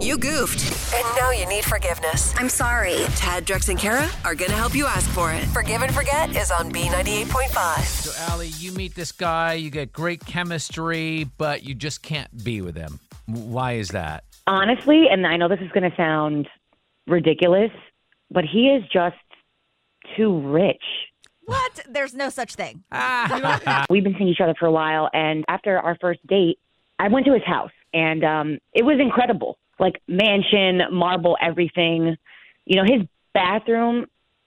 You goofed. And now you need forgiveness. I'm sorry. Tad, Drex, and Kara are going to help you ask for it. Forgive and Forget is on B98.5. So, Allie, you meet this guy, you get great chemistry, but you just can't be with him. Why is that? Honestly, and I know this is going to sound ridiculous, but he is just too rich. What? There's no such thing. Ah. We've been seeing each other for a while, and after our first date, I went to his house, and um, it was incredible. Like mansion, marble, everything. You know, his bathroom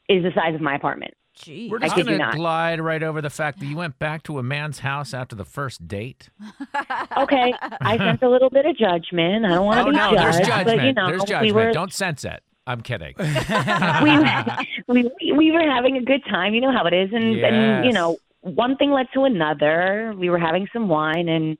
is the size of my apartment. Gee. We're I just kid you gonna not. glide right over the fact that you went back to a man's house after the first date. Okay, I sense a little bit of judgment. I don't want to oh be no, judged, there's judgment. but you know, there's we judgment. were Don't sense it. I'm kidding. we, we we were having a good time. You know how it is, and, and you Yes. know one thing led to another. We were having some wine, and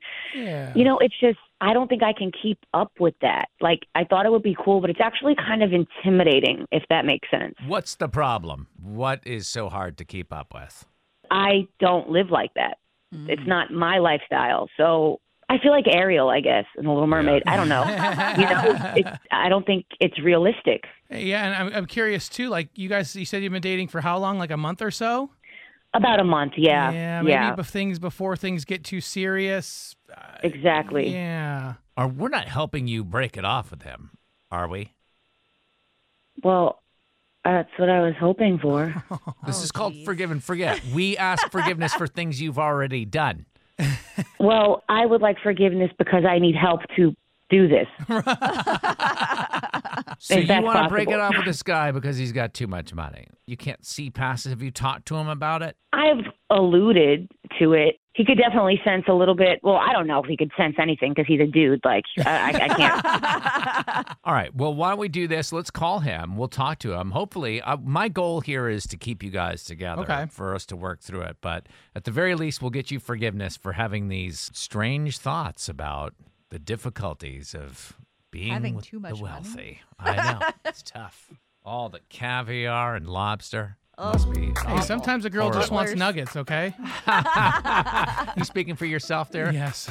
you know it's just I don't think I can keep up with that. Like I thought it would be cool, but it's actually kind of intimidating, if that makes sense. What's the problem? What is so hard to keep up with? I don't live like that. Mm. It's not my lifestyle, so. I feel like Ariel, I guess, in The Little Mermaid. I don't know. you know, it's, I don't think it's realistic. Hey, Yeah, and I'm, I'm curious too. Like you guys, you said you've been dating for how long? Like a month or so? About a month, yeah, yeah. Maybe bef- things before things get too serious. exactly. Yeah. Or we're not helping you break it off with him, are we? Well, that's what I was hoping for. This is called forgive and forget. We ask forgiveness for things you've already done. Well, I would like forgiveness because I need help to do this. So you that's want to break it possible. off with this guy because he's got too much money. You can't see past it. Have you talked to him about it? I've alluded to it. He could definitely sense a little bit. Well, I don't know if he could sense anything because he's a dude. Like, I, I, I can't. All right. Well, why don't we do this? Let's call him. We'll talk to him. Hopefully, uh, my goal here is to keep you guys together Okay. for us to work through it. But at the very least, we'll get you forgiveness for having these strange thoughts about the difficulties of being Having with too much the money. wealthy. I know it's tough. All the caviar and lobster Oh. must be. Hey, sometimes a girl just Horrible. wants nuggets. Okay. You speaking for yourself there? Yes.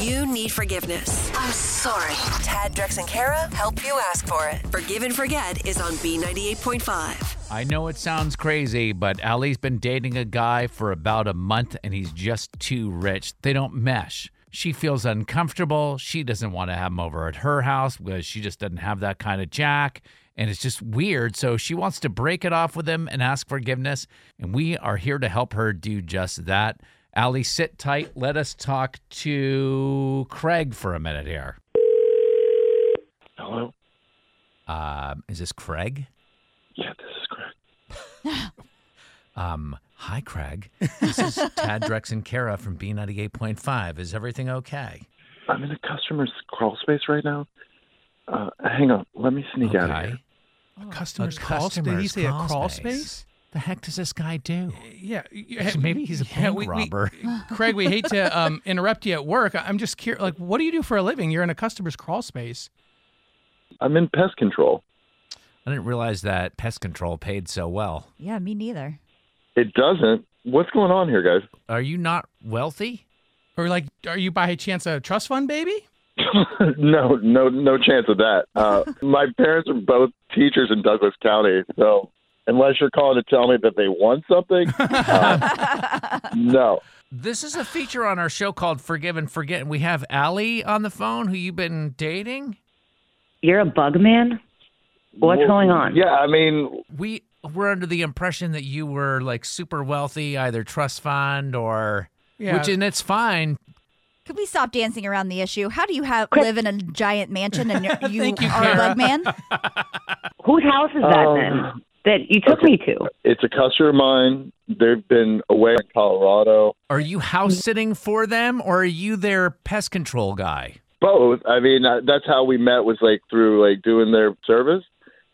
You need forgiveness. I'm sorry. Tad, Drex, and Kara help you ask for it. Forgive and Forget is on B98.5. I know it sounds crazy, but Ali's been dating a guy for about a month and he's just too rich. They don't mesh. She feels uncomfortable. She doesn't want to have him over at her house because she just doesn't have that kind of jack. And it's just weird. So she wants to break it off with him and ask forgiveness. And we are here to help her do just that. Ali, sit tight. Let us talk to Craig for a minute here. Hello? Um, is this Craig? Yeah, this is correct. Um, hi, Craig. This is Tad Drex and Kara from B98.5. Is everything okay? I'm in a customer's crawl space right now. Uh, hang on. Let me sneak out of Okay. here. customer's crawl space. Did he say a crawl space? The heck does this guy do? Yeah. y- Maybe he's a yeah, bank we- we- robber. Craig, we hate to um, interrupt you at work. I- I'm just curious. Like, what do you do for a living? You're in a customer's crawl space. I'm in pest control. I didn't realize that pest control paid so well. Yeah, me neither. It doesn't. What's going on here, guys? Are you not wealthy? Or like, are you by chance a trust fund baby? no, no, no chance of that. Uh, my parents are both teachers in Douglas County, so unless you're calling to tell me that they want something, uh, no. This is a feature on our show called Forgive and Forget. And we have Allie on the phone who you've been dating. You're a bug man? What's Well, going on? Yeah, I mean, We were under the impression that you were like super wealthy, either trust fund or. Yeah. Which, and it's fine. Could we stop dancing around the issue? How do you have live in a giant mansion and you're, you, Thank you, are a Kara. bug man? Whose house is that um, then? that you took me to. It's a customer of mine. They've been away in Colorado. Are you house sitting for them or are you their pest control guy? Both. I mean, uh, that's how we met was like through like doing their service.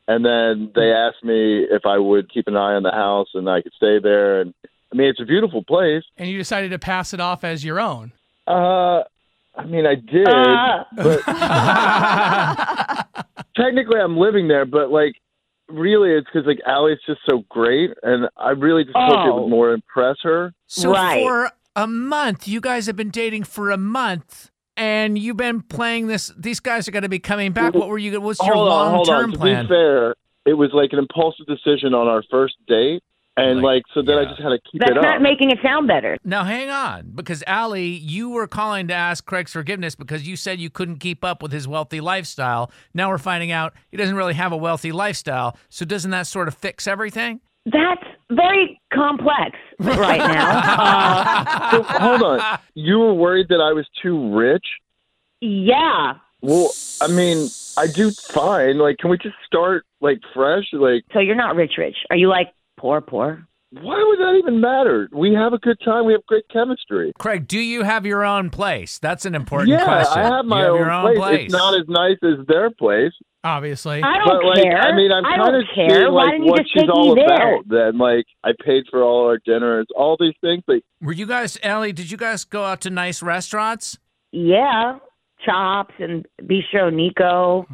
And then they Mm-hmm. asked me if I would keep an eye on the house and I could stay there. And I mean, it's a beautiful place. and you decided to pass it off as your own. Uh, I mean, I did, Ah. but technically I'm living there. But like, really, it's because like Allie's just so great, and I really just hoped it Oh. would more impress her. So Right. for a month, you guys have been dating for a month, and you've been playing this. These guys are going to be coming back. What were you? What's your hold on, long hold term on. To plan? be fair, it was like an impulsive decision on our first date, and Like, like, so then yeah. I just had to keep That's it up. not making it sound better. Now hang on, because Allie, you were calling to ask Craig's forgiveness because you said you couldn't keep up with his wealthy lifestyle. Now we're finding out he doesn't really have a wealthy lifestyle. So doesn't that sort of fix everything? That's very complex right now. Uh, So, hold on, you were worried that I was too rich. yeah. Well, I mean, I do fine. Like, can we just start like fresh? Like, So you're not rich, rich. Are you like poor, poor? why would that even matter? We have a good time. We have great chemistry. Craig, do you have your own place? That's an important yeah, question. I have my you have own, your place. It's not as nice as their place. Obviously, I don't but like, care. I mean, I'm kind don't of care. Seeing, Why like, didn't you what just she's take all me there? about. Then, like, I paid for all our dinners, all these things. Like, Were you guys, Allie? Did you guys go out to nice restaurants? Yeah. Chops and Bistro Nico.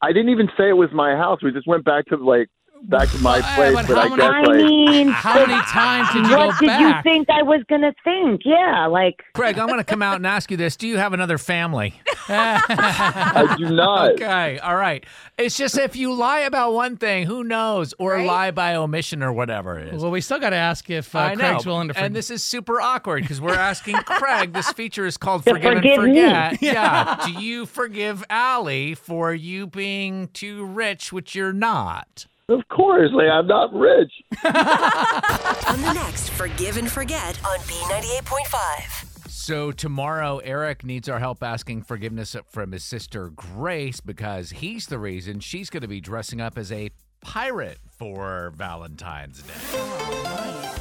I didn't even say it was my house. We just went back to like back to my Well, place. but But, how I many- guess I like mean, how many times did you what go did back? you think I was going to think? Yeah, like, Craig, I'm going to come out and ask you this. Do you have another family? I do not. Okay, all right. It's just if you lie about one thing, who knows? Or lie by omission or whatever it is. Well, we still got to ask if uh, I know. Craig's willing to. forgive. and this is super awkward because we're asking Craig. This feature is called To Forgive, and forgive me. Forget. Yeah. Do you forgive Allie for you being too rich, which you're not? Of course, like I'm not rich. On the next Forgive and Forget on B98.5. So tomorrow, Eric needs our help asking forgiveness from his sister Grace because he's the reason she's going to be dressing up as a pirate for Valentine's Day. Yes.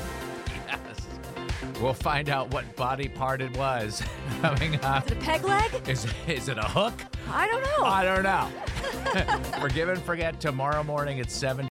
We'll find out what body part it was coming up. Is it a peg leg? Is, is it a hook? I don't know. I don't know. Forgive and forget tomorrow morning at 7.